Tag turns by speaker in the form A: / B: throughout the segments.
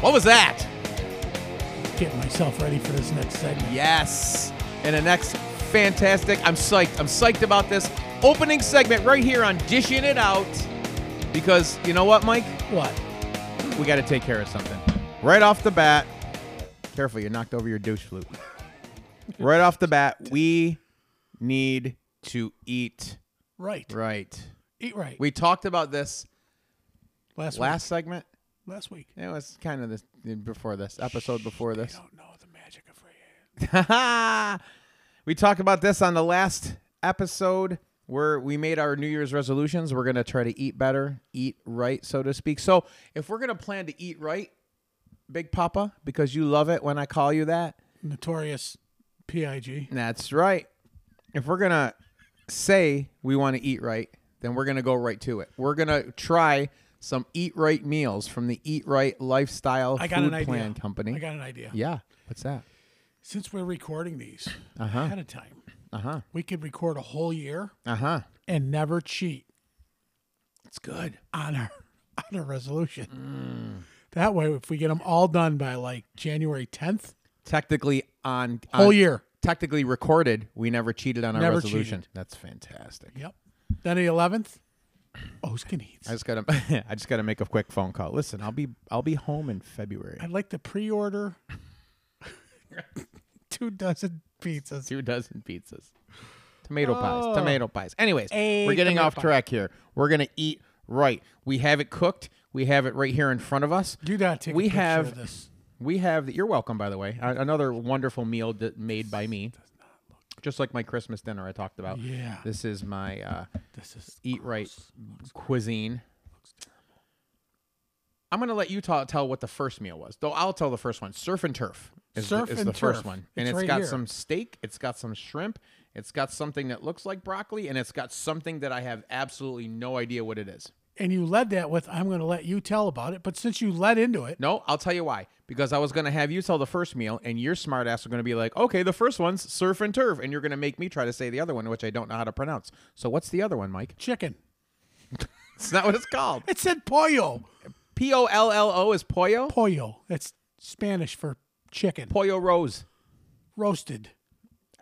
A: What was that?
B: Getting myself ready for this next segment.
A: Yes. And the next fantastic. I'm psyched. I'm psyched about this opening segment right here on Dishing It Out. Because you know what, Mike?
B: What?
A: We got to take care of something. Right off the bat, careful, you knocked over your douche flute. right off the bat, we need to eat
B: Right.
A: right.
B: Eat right.
A: We talked about this
B: last
A: last segment.
B: week. Last week.
A: It was kind of this before this episode before
B: I
A: this.
B: don't know the magic of Ray.
A: we talked about this on the last episode where we made our New Year's resolutions. We're going to try to eat better, eat right, so to speak. So, if we're going to plan to eat right, Big Papa, because you love it when I call you that,
B: Notorious P.I.G.
A: that's right. If we're going to say we want to eat right, then we're going to go right to it. We're going to try some eat right meals from the Eat Right Lifestyle
B: I
A: Food
B: got an idea.
A: Plan Company.
B: I got an idea.
A: yeah. What's that?
B: Since we're recording these ahead of time,
A: Uh-huh.
B: we could record a whole year
A: Uh-huh.
B: and never cheat. It's good on our on our resolution.
A: Mm.
B: That way, if we get them all done by like January 10th,
A: Technically on, on
B: whole year.
A: technically recorded. We never cheated on our
B: Never
A: resolution. That's fantastic.
B: Yep. Then the 11th, Oskin Eats.
A: I just gotta, I just gotta make a quick phone call. Listen, I'll be, I'll be home in February.
B: I'd like to pre-order two dozen pizzas.
A: Two dozen pizzas, tomato pies, tomato pies. Anyways,
B: A
A: we're getting
B: tomato
A: off
B: pie.
A: track here. We're gonna eat right. We have it cooked. We have it right here in front of us.
B: Do not take.
A: We
B: a picture
A: have-
B: of this.
A: We have. You're welcome, by the way. A- Another wonderful meal that made by me. Just like my Christmas dinner I talked about.
B: Yeah.
A: This is my uh,
B: This is
A: eat right cuisine. I'm gonna let you ta- tell what the first meal was. Though I'll tell the first one. Surf and turf is
B: Surf
A: the, is
B: and
A: the first
B: Turf.
A: one, and
B: It's
A: it's
B: right
A: got
B: here.
A: some steak, it's got some shrimp, it's got something that looks like broccoli, and it's got something that I have absolutely no idea what it is.
B: and you led that with I'm going to let you tell about it, but since you led into it,
A: No, I'll tell you why. Because I was gonna have you tell the first meal, and your smart ass are gonna be like, "Okay, the first one's surf and turf," and you're gonna make me try to say the other one, which I don't know how to pronounce. So what's the other one, Mike?
B: chicken.
A: It's not what it's called.
B: It said pollo.
A: P O L L O is pollo.
B: Pollo. That's Spanish for chicken.
A: Pollo Rose.
B: Roasted.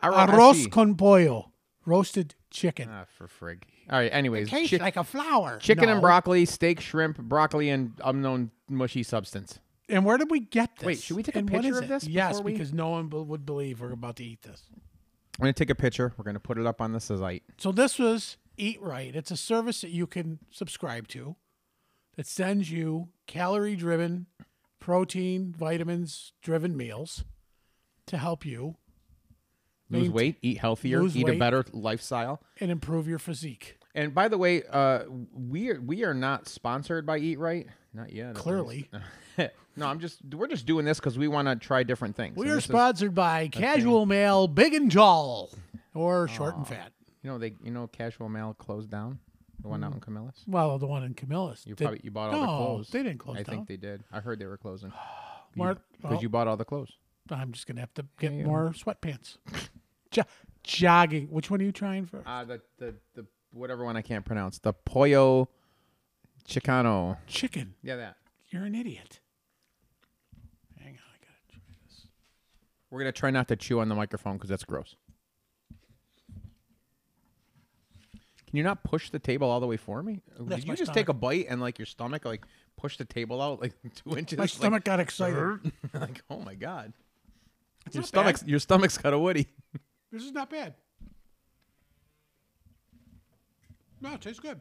A: R-O-S-E.
B: Arroz con pollo. Roasted chicken.
A: Ah, for frig. All right. Anyways,
B: Tastes
A: chick-
B: like a flower.
A: chicken
B: No.
A: and broccoli, steak, shrimp, broccoli, and unknown mushy substance.
B: And where did we get this?
A: Wait, should we take a
B: And what
A: picture
B: is
A: of
B: it?
A: this
B: Yes,
A: before we-
B: because no one be- would believe we're about to eat this.
A: I'm gonna take a picture. We're gonna put it up on the site.
B: So this was Eat Right. It's a service that you can subscribe to that sends you calorie driven, protein, vitamins driven meals to help you
A: Lose
B: Maintain-
A: weight, eat healthier,
B: Lose
A: eat a
B: weight.
A: better lifestyle.
B: and improve your physique.
A: And by the way, uh, we are, we are not sponsored by Eat Right. Not yet. at
B: Clearly.
A: least. no, I'm just we're just doing this because we want to try different things.
B: We
A: And
B: are
A: this is-
B: sponsored by Casual Mail Big and Tall or Short and Fat.
A: you know they you know Casual Mail closed down the one out in Camillus.
B: Well, the one in Camillus.
A: You
B: Did-
A: probably you bought all
B: no,
A: the clothes.
B: they didn't close
A: I
B: down.
A: think they did. I heard they were closing.
B: Mar-
A: Because
B: well,
A: you bought all the clothes.
B: I'm just gonna have to get
A: Yeah.
B: more sweatpants. Jo- jogging. Which one are you trying for?
A: Uh, the, the, the whatever one I can't pronounce. The Pollo Chicano.
B: Chicken.
A: Yeah, that.
B: You're an idiot. Hang on, I gotta try this.
A: We're going to try not to chew on the microphone because that's gross. Can you not push the table all the way for me?
B: That's
A: Did you
B: my
A: just take a bite and like your stomach like push the table out like two inches?
B: My
A: Like-
B: stomach got excited.
A: like, oh my god, your
B: not
A: stomach's your stomach's got a woody.
B: This is not bad. No, it tastes good.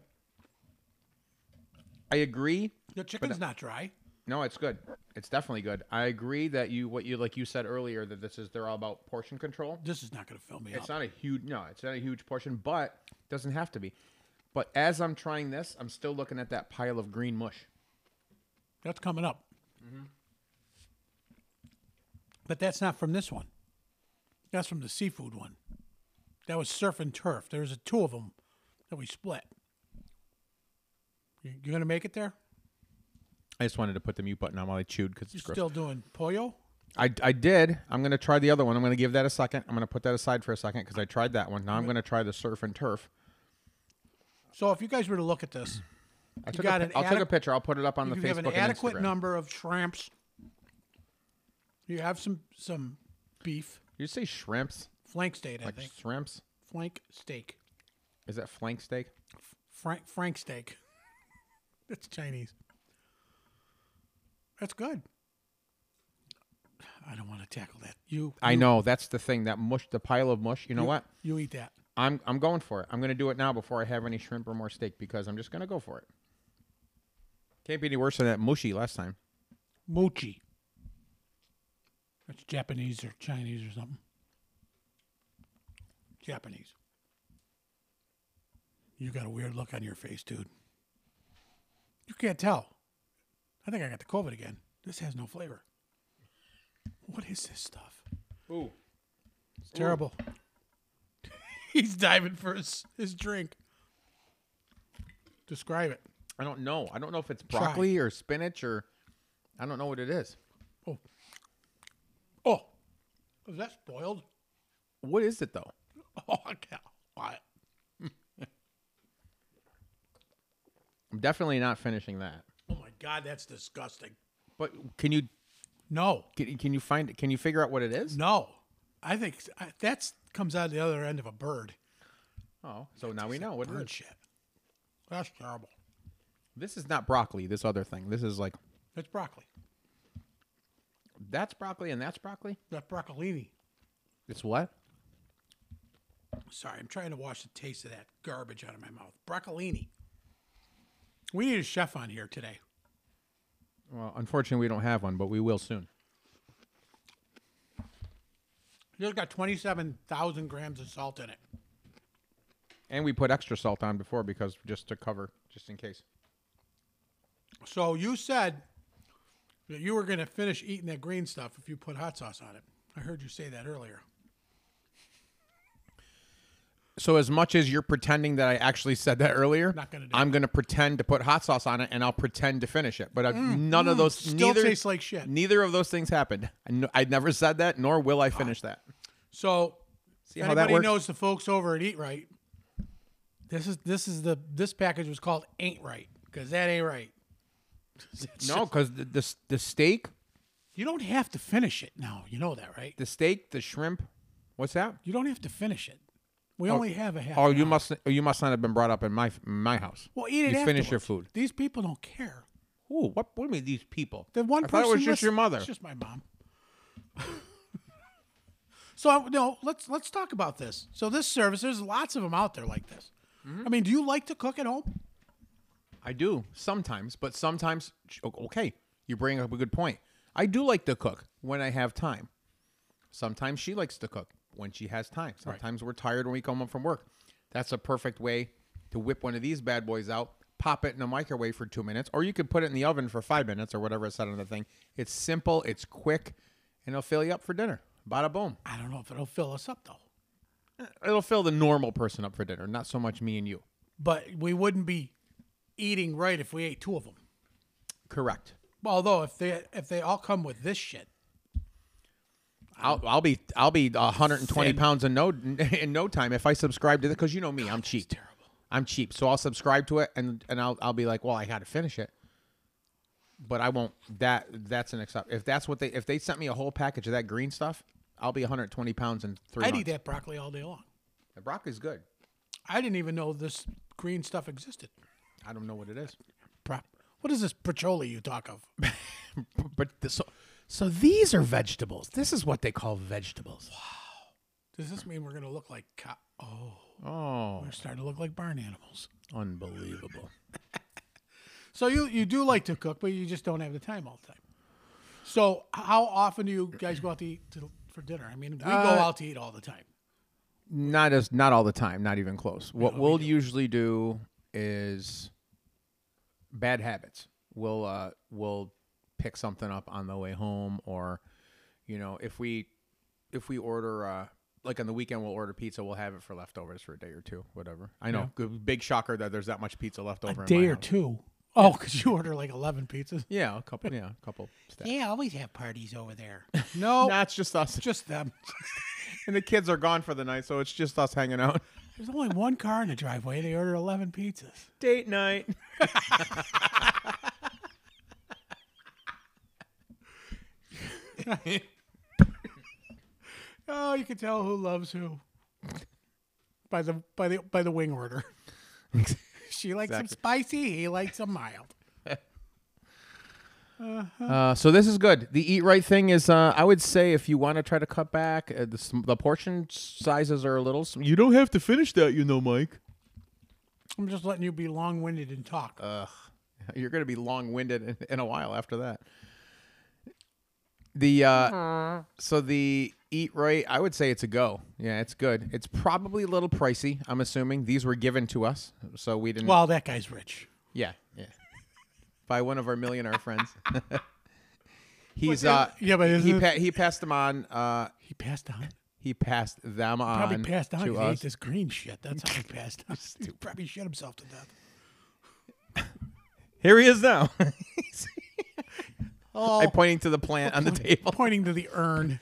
A: I agree.
B: The chicken's not dry.
A: No, it's good. It's definitely good. I agree that you what you like you said earlier that this is they're all about portion control.
B: This is not gonna fill me
A: It's
B: up.
A: not a huge no, it's not a huge portion, but it doesn't have to be. But as I'm trying this, I'm still looking at that pile of green mush.
B: That's coming up.
A: Mm-hmm.
B: But that's not from this one. That's from the seafood one. That was surf and turf. There's a two of them that we split. You, you gonna make it there?
A: I just wanted to put the mute button on while I chewed because
B: You're
A: it's gross.
B: still doing pollo?
A: I, I did. I'm gonna try the other one. I'm gonna give that a second. I'm gonna put that aside for a second because I tried that one. Now I'm gonna try the surf and turf.
B: So if you guys were to look at this,
A: I
B: You
A: took
B: got
A: a,
B: an
A: pi- I'll take a
B: adequ-
A: picture. I'll put it up on
B: you
A: the
B: have an
A: Facebook and
B: adequate
A: Instagram.
B: number of shrimps You have some some beef
A: You say shrimps,
B: flank steak, I
A: like
B: think.
A: shrimps.
B: Flank steak,
A: Is that flank steak?
B: frank frank steak. That's Chinese. That's good. I don't want to tackle that. You,
A: I know that's the thing. That mush, the pile of mush. You know what?
B: you eat that.
A: I'm I'm going for it. I'm going to do it now before I have any shrimp or more steak because I'm just going to go for it. Can't be any worse than that mushy last time.
B: Mochi. That's Japanese or Chinese or something. Japanese. You got a weird look on your face, dude. You can't tell. I think I got the COVID again. This has no flavor. What is this stuff?
A: Ooh,
B: It's terrible. He's diving for his, his drink. Describe it.
A: I don't know. I don't know if it's
B: Try.
A: broccoli or spinach or I don't know what it is.
B: Oh. Oh. Is that spoiled?
A: What is it though?
B: Oh, I can't. I-
A: I'm definitely not finishing that.
B: Oh my god, that's disgusting.
A: But can you
B: No,
A: can, can you find can you figure out what it is?
B: no, I think s- I- that's comes out the other end of a bird.
A: Oh, so now we know what it
B: Bird
A: is.
B: shit. That's terrible.
A: This is not broccoli. This other thing. This is like
B: That's broccoli.
A: that's broccoli and that's broccoli.
B: That's broccolini.
A: It's what?
B: Sorry, I'm trying to wash the taste of that garbage out of my mouth. Broccolini. We need a chef on here today.
A: Well, unfortunately, we don't have one, but we will soon.
B: It's got 27,000 grams of salt in it.
A: And we put extra salt on before because just to cover, just in case.
B: So you said that you were going to finish eating that green stuff if you put hot sauce on it. I heard you say that earlier.
A: So as much as you're pretending that I actually said that earlier,
B: Not gonna do
A: I'm going to pretend to put hot sauce on it, and I'll pretend to finish it. But I, none of those,
B: Mm, Still
A: neither,
B: tastes like shit.
A: neither of those things happened. I, kn- I never said that, nor will I finish that.
B: So
A: See
B: if
A: how that
B: anybody
A: works?
B: knows the folks over at Eat Right, this is this is the this package was called Ain't Right because that ain't right.
A: No, because the, the the steak,
B: You don't have to finish it now. You know that, right?
A: the steak, the shrimp. What's that?
B: You don't have to finish it. We only have a half.
A: Oh,
B: an
A: you
B: hour.
A: must you must not have been brought up in my my house.
B: Well, eat it.
A: You finish your
B: afterwards.
A: food.
B: These people don't care.
A: Ooh, what what do you mean these people?
B: The one
A: I
B: person
A: thought it was just
B: listen-
A: your mother.
B: It's just my mom. so I, no, let's let's talk about this. So this service, there's lots of them out there like this.
A: Mm-hmm.
B: I mean, do you like to cook at home?
A: I do sometimes, but sometimes o- okay, you bring up a good point. I do like to cook when I have time. Sometimes she likes to cook when she has time. Sometimes we're tired when we come home from work. That's a perfect way to whip one of these bad boys out, pop it in the microwave for 2 minutes or you could put it in the oven for 5 minutes or whatever it said on the thing. It's simple, it's quick, and it'll fill you up for dinner. Bada boom.
B: I don't know if it'll fill us up though.
A: It'll fill the normal person up for dinner, not so much me and you.
B: but we wouldn't be eating right if we ate two of them.
A: Correct.
B: Although if they if they all come with this shit,
A: I'll, I'll be I'll be 120
B: Thin.
A: pounds in no in no time if I subscribe to the because you know me I'm cheap. I'm cheap, so I'll subscribe to it and and I'll I'll be like, well, I got to finish it. But I won't. That that's an exception. If that's what they if they sent me a whole package of that green stuff, I'll be 120 pounds in 3
B: I'd eat
A: months.
B: that broccoli all day long.
A: The broccoli's good.
B: I didn't even know this green stuff existed.
A: I don't know what it is.
B: Pro- What is this patchouli you talk of?
A: But this, so so these are vegetables. This is what they call vegetables.
B: Does this mean we're gonna look like cow? Oh,
A: Oh,
B: we're starting to look like barn animals.
A: unbelievable.
B: So you you do like to cook, but you just don't have the time all the time. So how often do you guys go out to eat to, for dinner? I mean, we go
A: Uh,
B: out to eat all the time.
A: not as not all the time, not even close. What we'll usually do is bad habits. We'll uh we'll pick something up on the way home or you know, if we if we order uh like on the weekend we'll order pizza, we'll have it for leftovers for a day or two, whatever. I know. good Big shocker that there's that much pizza left over in
B: Day
A: my
B: or
A: house.
B: two. Oh, because you order like eleven pizzas.
A: Yeah, a couple yeah, a couple stacks.
B: They always have parties over there. No,
A: Nah, it's just us.
B: just them.
A: And the kids are gone for the night, so it's just us hanging out.
B: There's only one car in the driveway. They order 11 pizzas.
A: Date night.
B: Oh, you can tell who loves who by the by the by the wing order. she likes them spicy. He likes them mild.
A: Uh, so this is good. The eat right thing is, uh, I would say, if you want to try to cut back, uh, the, sm- the portion sizes are a little. Sm- you don't have to finish that, you know, Mike.
B: I'm just letting you be long-winded and talk.
A: Uh, You're going to be long-winded in, in a while after that. The uh, so the eat right, I would say it's a go. Yeah, it's good. It's probably a little pricey. I'm assuming these were given to us, so we didn't.
B: well, that guy's rich.
A: yeah, yeah, by one of our millionaire friends. He's
B: But
A: uh,
B: then- yeah, but
A: he
B: isn't it-
A: pa- he passed them on. Uh,
B: He passed on.
A: he passed them on.
B: Probably passed on
A: to
B: because he ate
A: us.
B: this green shit. That's how he passed on. he probably shit himself to death.
A: Here he is now.
B: Oh,
A: I'm pointing to the plant on the table.
B: pointing to the urn.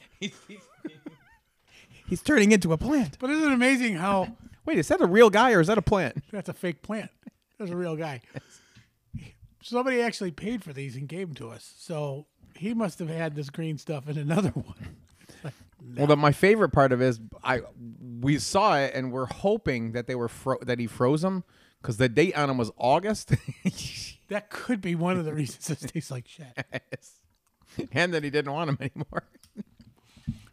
A: He's turning into a plant.
B: But isn't it amazing how
A: Wait, is that a real guy or is that a plant?
B: that's a fake plant? That's a real guy. Somebody actually paid for these and gave them to us. So he must have had this green stuff in another one.
A: Well, but my favorite part of it is I we saw it and we're hoping that they were fro- that he froze them because the date on them was August,
B: That could be one of the reasons this tastes like shit.
A: and that he didn't want them anymore.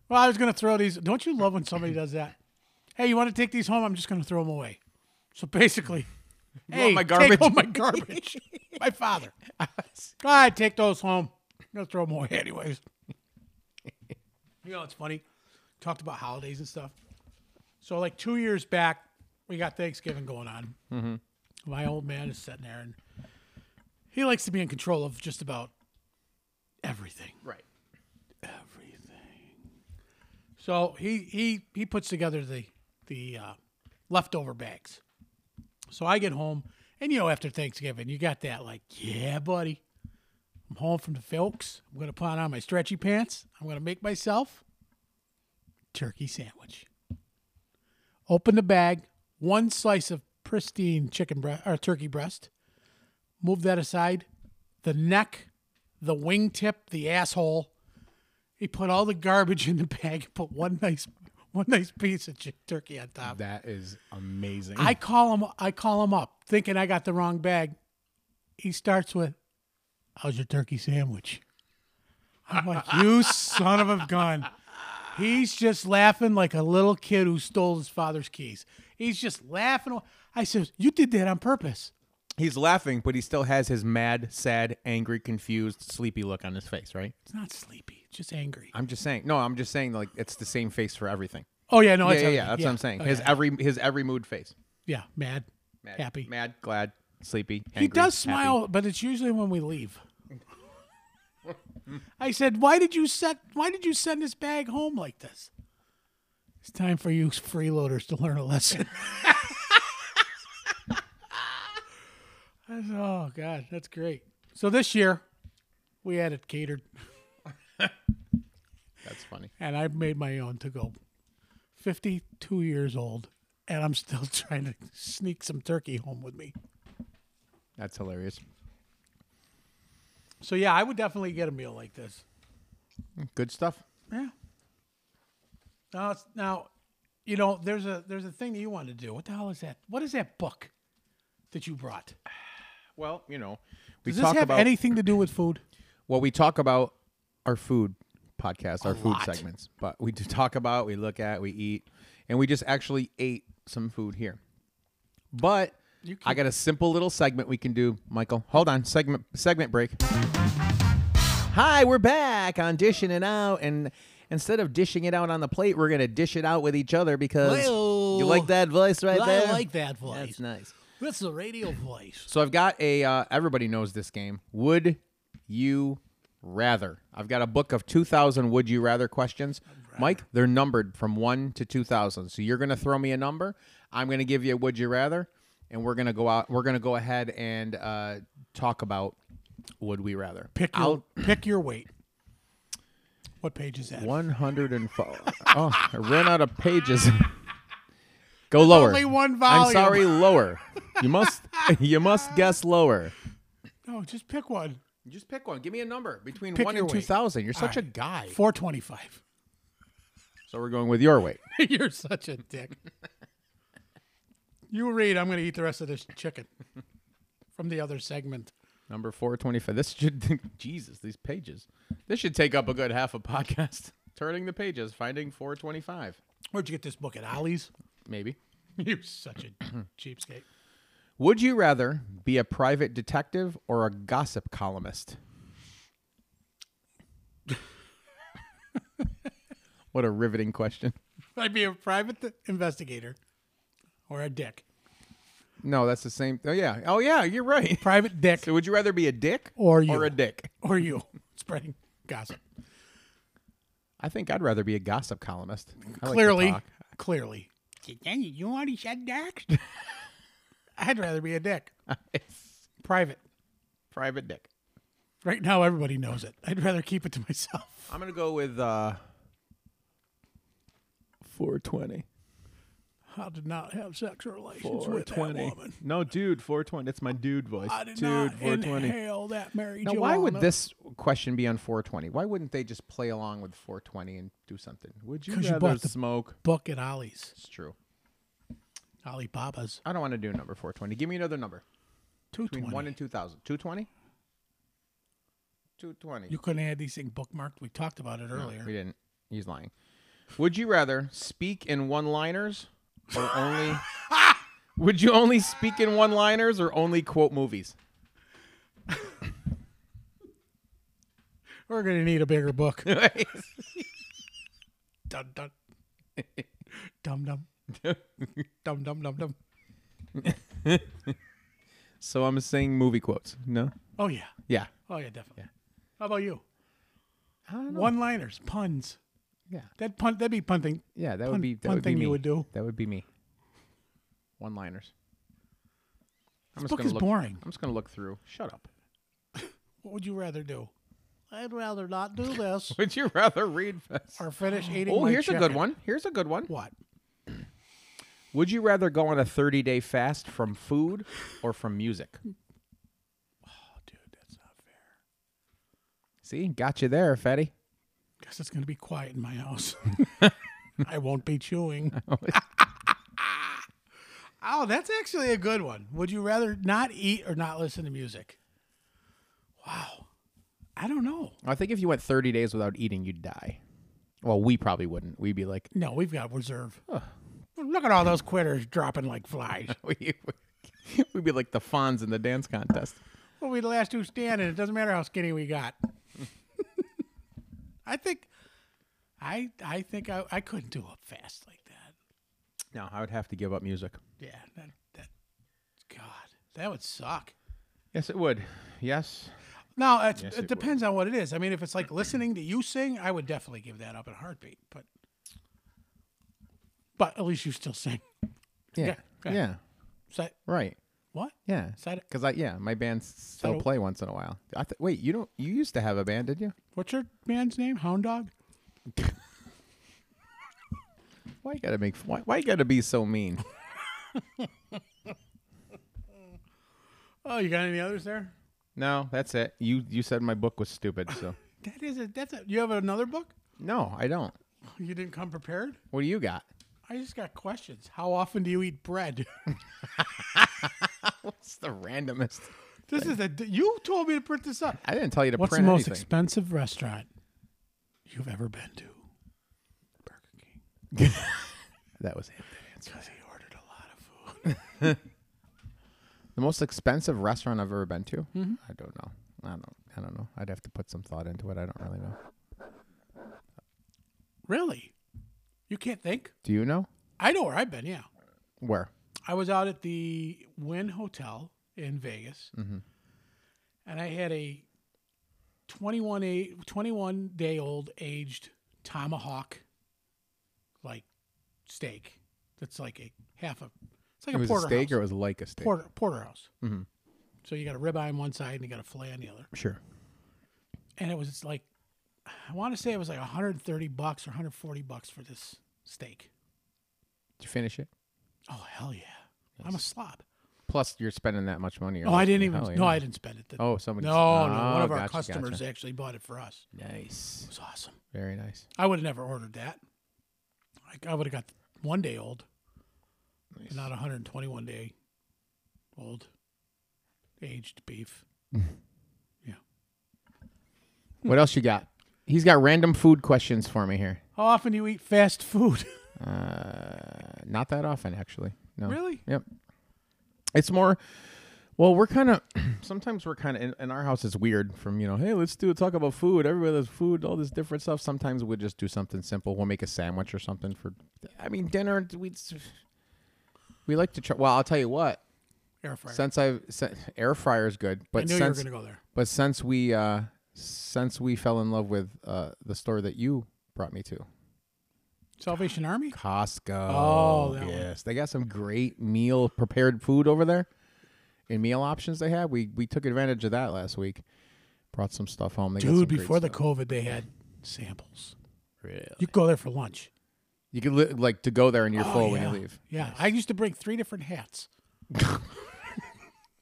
B: Well, I was going to throw these. Don't you love when somebody does that? Hey, you want to take these home? I'm just going to throw them away. So basically, hey,
A: my
B: take
A: garbage?
B: home my garbage. my father. All right, take those home. I'm going to throw them away anyways. You know, it's funny. Talked about holidays and stuff. So like two years back, we got Thanksgiving going on.
A: Mm-hmm.
B: My old man is sitting there, and he likes to be in control of just about everything
A: Right.
B: everything. So he he he puts together the the uh, leftover bags. So I get home, and you know after Thanksgiving, you got that like, yeah, buddy, I'm home from the folks. I'm gonna put on my stretchy pants. I'm gonna make myself turkey sandwich. Open the bag, one slice of pristine chicken breast or turkey breast. Move that aside. The neck, the wingtip, the asshole. He put all the garbage in the bag and put one nice one nice piece of chi- turkey on top.
A: That is amazing.
B: I call him I call him up thinking I got the wrong bag. He starts with, How's your turkey sandwich? I'm like, You son of a gun. He's just laughing like a little kid who stole his father's keys. He's just laughing. I said, You did that on purpose.
A: He's laughing, but he still has his mad, sad, angry, confused, sleepy look on his face, right?
B: It's not sleepy, it's just angry.
A: I'm just saying. No, I'm just saying like it's the same face for everything.
B: Oh yeah, no,
A: Yeah,
B: it's
A: yeah, yeah,
B: everything.
A: that's what I'm saying.
B: Oh,
A: His
B: yeah.
A: every his every mood face.
B: yeah, mad,
A: Mad,
B: happy.
A: mad, glad, sleepy.
B: He
A: angry,
B: does
A: happy.
B: smile, but it's usually when we leave. I said, "Why did you set? Why did you send this bag home like this?" It's time for you freeloaders to learn a lesson. I said, "Oh God, that's great." So this year, we had it catered,
A: That's funny.
B: and I made my own to go. Fifty-two years old, and I'm still trying to sneak some turkey home with me.
A: That's hilarious.
B: So yeah, I would definitely get a meal like this.
A: Good stuff.
B: Yeah. Now, it's, now, you know, there's a there's a thing that you want to do. What the hell is that? What is that book that you brought?
A: Well, you know, we
B: Does this
A: talk
B: have
A: about
B: anything to do with food?
A: well, we talk about our food podcast, our food
B: lot.
A: segments, but we do talk about, we look at, we eat, and we just actually ate some food here. But
B: You
A: I got a simple little segment we can do, Michael. Hold on, segment segment break. Hi, we're back on dishing it out, and instead of dishing it out on the plate, we're gonna dish it out with each other because
B: Well,
A: you like that voice right there.
B: that
A: That's nice.
B: That's the radio voice.
A: So I've got a. Uh, everybody knows this game. Would you rather? I've got a book of two thousand would you rather questions. Mike, they're numbered from one to two thousand. So you're gonna throw me a number. I'm gonna give you a would you rather, and we're gonna go out. We're gonna go ahead and uh, talk about would we rather.
B: Pick your pick your weight. What page is that?
A: One hundred and four. oh, I ran out of pages. Go lower.
B: only one
A: I'm
B: volume.
A: sorry, lower. You must. You must guess lower.
B: No, just pick one.
A: Just pick one. Give me a number between
B: Pick
A: one
B: your
A: and two
B: weight.
A: thousand. You're such
B: right.
A: a guy.
B: Four twenty-five.
A: So we're going with your weight.
B: You're such a dick. you read. I'm going to eat the rest of this chicken from the other segment.
A: Number 425. This should, Jesus, these pages. This should take up a good half a podcast. Turning the pages, finding 425,
B: Where'd you get this book at Ollie's?
A: maybe.
B: You're such a cheapskate.
A: Would you rather be a private detective or a gossip columnist? what a riveting question.
B: I'd be a private th- investigator or a dick.
A: No, that's the same. Oh, yeah. Oh, yeah, you're right.
B: Private dick
A: So would you rather be a dick
B: Or you.
A: a dick?
B: or you spreading gossip.
A: I think I'd rather be a gossip columnist. I like to
B: clearly,
A: talk.
B: clearly. Then you want to shut next? I'd rather be a dick.
A: It's
B: Private.
A: private dick.
B: Right now, everybody knows it. I'd rather keep it to myself.
A: I'm gonna go with uh, 420.
B: I did not have sexual relations with that woman.
A: No, dude, 420. That's my dude voice.
B: I did
A: dude,
B: not
A: 420.
B: inhale that Mary
A: Now,
B: Joanna.
A: why would this question be on 420? Why wouldn't they just play along with 420 and do something? Would you
B: 'Cause you
A: rather
B: bought the-
A: smoke?
B: book at Ollie's?
A: It's true.
B: Ollie Papa's
A: I don't want to do number 420. Give me another number
B: two
A: between one
B: twenty.
A: and 2,000. 220. 220.
B: You couldn't have these things bookmarked. We talked about it earlier.
A: We didn't. He's lying. Would you rather speak in one-liners or only? would you only speak in one-liners or only quote movies?
B: We're gonna need a bigger book.
A: That's
B: dun dun. dum dum. dum dum dum dum.
A: So I'm saying movie quotes. No.
B: Oh yeah.
A: Yeah.
B: Oh yeah, definitely. How about you?
A: I don't know.
B: One-liners, puns.
A: Yeah.
B: That pun. That'd be punting.
A: Yeah. That would
B: One-
A: be that
B: one
A: would be
B: thing you
A: me.
B: would do.
A: That would be me. One-liners. I'm just
B: This book
A: gonna
B: is
A: look-
B: boring.
A: I'm just gonna look through. Shut up.
B: What would you rather do? I'd rather not do this
A: Would you rather read? fast?
B: or finish eating.
A: Oh,
B: my
A: here's a good
B: chicken.
A: one. Here's a good one.
B: What?
A: Would you rather go on a 30 day fast from food or from music?
B: Oh, dude, that's not fair.
A: See, got you there, fatty.
B: Guess it's gonna be quiet in my house. I won't be chewing. oh, that's actually a good one. Would you rather not eat or not listen to music? Wow. I don't know.
A: I think if you went 30 days without eating, you'd die. Well, we probably wouldn't. We'd be like,
B: No, we've got reserve. Look at all those quitters dropping like flies.
A: we- we'd be like the Fonz in the dance contest.
B: We'll be the last two standing. It doesn't matter how skinny we got. I think, I I think I, I couldn't do it fast like that.
A: No, I would have to give up music.
B: Yeah, that, that God, that would suck.
A: Yes, it would. Yes.
B: No, it's, it,
A: it
B: depends on what it is. I mean, if it's like listening to you sing, I would definitely give that up in a heartbeat. But but at least you still sing.
A: Yeah.
B: Yeah.
A: Yeah.
B: So,
A: Right.
B: what?
A: Yeah.
B: Side-
A: Because I, yeah, my bands still
B: Side-
A: play once in a while. I th- wait, you don't, you used to have a band, did you?
B: What's your man's name? Hound Dog.
A: Why you gotta make, why, why you gotta be so mean?
B: Oh, you got any others there?
A: no, that's it. You, you said my book was stupid, so.
B: That is a that's a. You have another book?
A: No, I don't.
B: You didn't come prepared.
A: What do you got?
B: I just got questions. How often do you eat bread?
A: What's the randomest?
B: this is a. You told me to print this up.
A: I didn't tell you to
B: What's the
A: print
B: most
A: anything.
B: expensive restaurant you've ever been to? Burger King.
A: that was him.
B: Because he ordered a lot of food.
A: The most expensive restaurant I've ever been to?
B: Mm-hmm.
A: I don't know. I don't. I don't know. I'd have to put some thought into it. I don't really know.
B: Really? You can't think?
A: Do you know
B: I know where I've been. Yeah,
A: where?
B: I was out at the Wynn Hotel in Vegas,
A: Mm-hmm.
B: and I had a 21 a 21 day old aged tomahawk like steak. That's like a half a. It's like
A: It
B: a
A: was a
B: porterhouse.
A: steak or it was like a steak. Mm-hmm.
B: porter porterhouse. So you got a ribeye on one side and you got a fillet on the other,
A: Sure.
B: and it was like I want to say it was like 130 bucks or 140 bucks for this steak.
A: Did you finish it?
B: Oh hell yeah! I'm a slob.
A: Plus, you're spending that much money.
B: Oh, I didn't even.
A: Hell, yeah.
B: No, I didn't spend it. The-
A: Oh, somebody.
B: no, no. One of our customers actually bought it for us. It
A: Nice.
B: was awesome.
A: Very nice.
B: I would have never ordered that. I would have got one day old, and not 121 day old aged beef. Hmm.
A: What else you got? He's got random food questions for me here.
B: How often do you eat fast food?
A: Uh, not that often, actually. No.
B: really?
A: Yep. It's more. Well, we're kind of. Sometimes we're kind of in, in our house. It's weird. From you know, hey, let's do talk about food. Everybody does food. All this different stuff. Sometimes we'll just do something simple. We'll make a sandwich or something for. I mean, dinner. We we like to try. Well, I'll tell you what.
B: Air fryer.
A: Since I've since, air fryer's good,
B: I
A: but
B: knew you were
A: since
B: going to go there.
A: but since we uh since we fell in love with uh the store that you brought me to,
B: Salvation Army.
A: Costco.
B: Oh, that one.
A: yes, they got some great meal prepared food over there, and meal options they have. We we took advantage of that last week. Brought some stuff home. They got some
B: Dude,
A: great
B: before the
A: stuff.
B: COVID, they had samples.
A: really,
B: You could go there for lunch.
A: you could li- like to go there and you're
B: Oh,
A: full when
B: yeah.
A: you leave.
B: Yeah, I used to bring three different hats.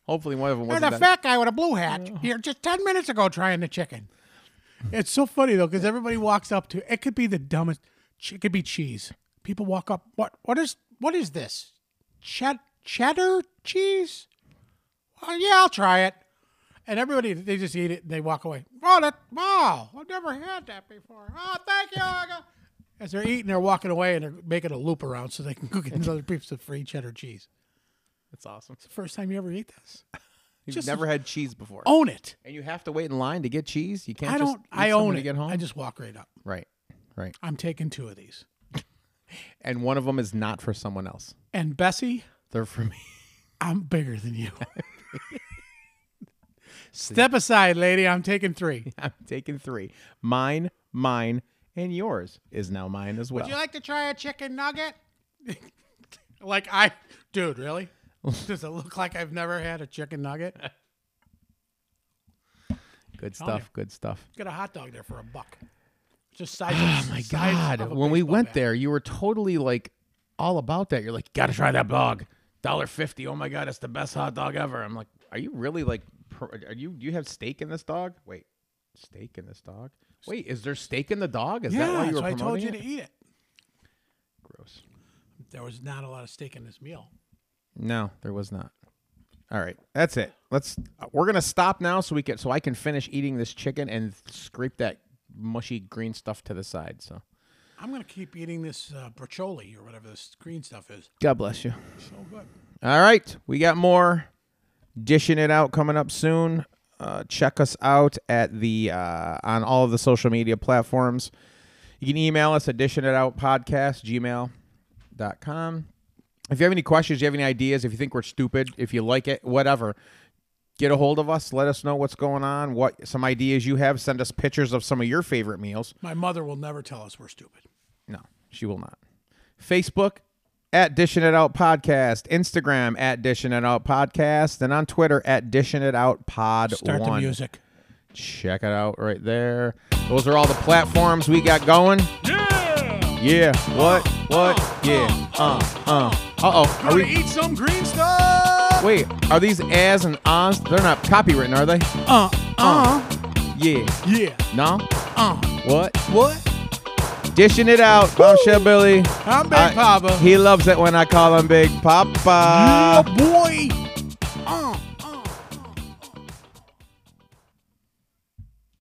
A: Hopefully, one of them
B: There's
A: wasn't
B: a
A: that.
B: fat guy with a blue hat here just 10 minutes ago trying the chicken. It's so funny, though, because everybody walks up to it. could be the dumbest. It could be cheese. People walk up. What? What is? What is this? Chet, cheddar cheese? Oh yeah, I'll try it. And everybody, they just eat it and they walk away. Oh, that! Wow, I've never had that before. Oh, thank you. I got-" As they're eating, they're walking away and they're making a loop around so they can go get another piece of free cheddar cheese.
A: That's awesome.
B: First time you ever eat this?
A: You've
B: Just-
A: never had cheese before,
B: Own it.
A: and you have to wait in line to get cheese. You can't.
B: I
A: just
B: don't.
A: eat
B: I
A: some
B: own
A: when
B: it.
A: you Get home.
B: I just walk right up.
A: right, right.
B: I'm taking two of these.
A: And one of them is not for someone else.
B: And Bessie,
A: They're for me.
B: I'm bigger than you. Step aside, lady. I'm taking three.
A: I'm taking three. Mine, mine, and yours is now mine as well.
B: Would you like to try a chicken nugget? like I, dude, really? Does it look like I've never had a chicken nugget?
A: good
B: Telling
A: stuff. Good stuff.
B: Get a hot dog there for a buck. Just size. Oh
A: My God, when we went there, you were totally like all about that. You're like, gotta try that dog, dollar fifty. Oh my God, it's the best hot dog ever. I'm like, are you really like, pro- are you? Do you have steak in this dog? Wait, steak in this dog? Wait, is there steak in the dog? Is
B: Yeah,
A: that why you were
B: so I
A: promoting
B: told you
A: it?
B: to eat it.
A: Gross.
B: There was not a lot of steak in this meal.
A: No, there was not. All right, that's it. Let's. uh, We're gonna stop now so we can so I can finish eating this chicken and scrape that mushy green stuff to the side. So
B: I'm gonna keep eating this uh, brocoli or whatever this green stuff is.
A: God bless you.
B: So good.
A: All right, we got more dishing it out coming up soon. Uh, check us out at the uh, on all of the social media platforms. You can email us at dishing it out podcast gmail.com. If you have any questions, you have any ideas, if you think we're stupid, if you like it, whatever, get a hold of us. Let us know what's going on, what some ideas you have. Send us pictures of some of your favorite meals.
B: My mother will never tell us we're stupid.
A: No, she will not. Facebook at Dishing It Out Podcast, Instagram at Dishing It Out Podcast, and on Twitter at Dishing It Out Pod
B: Start
A: One.
B: the music.
A: Check it out right there. Those are all the platforms we got going.
B: Yeah.
A: Yeah. What? What? Yeah. Uh. Uh. Uh oh. Are we?
B: eat some green stuff.
A: Wait. Are these as and ons? They're not copywritten, are they?
B: Uh. Uh.
A: Yeah.
B: Yeah.
A: No.
B: Uh.
A: What?
B: What?
A: Dishing it out, Mom Billy.
B: I'm Big
A: I-
B: Papa.
A: He loves it when I call him Big Papa.
B: boy. Uh.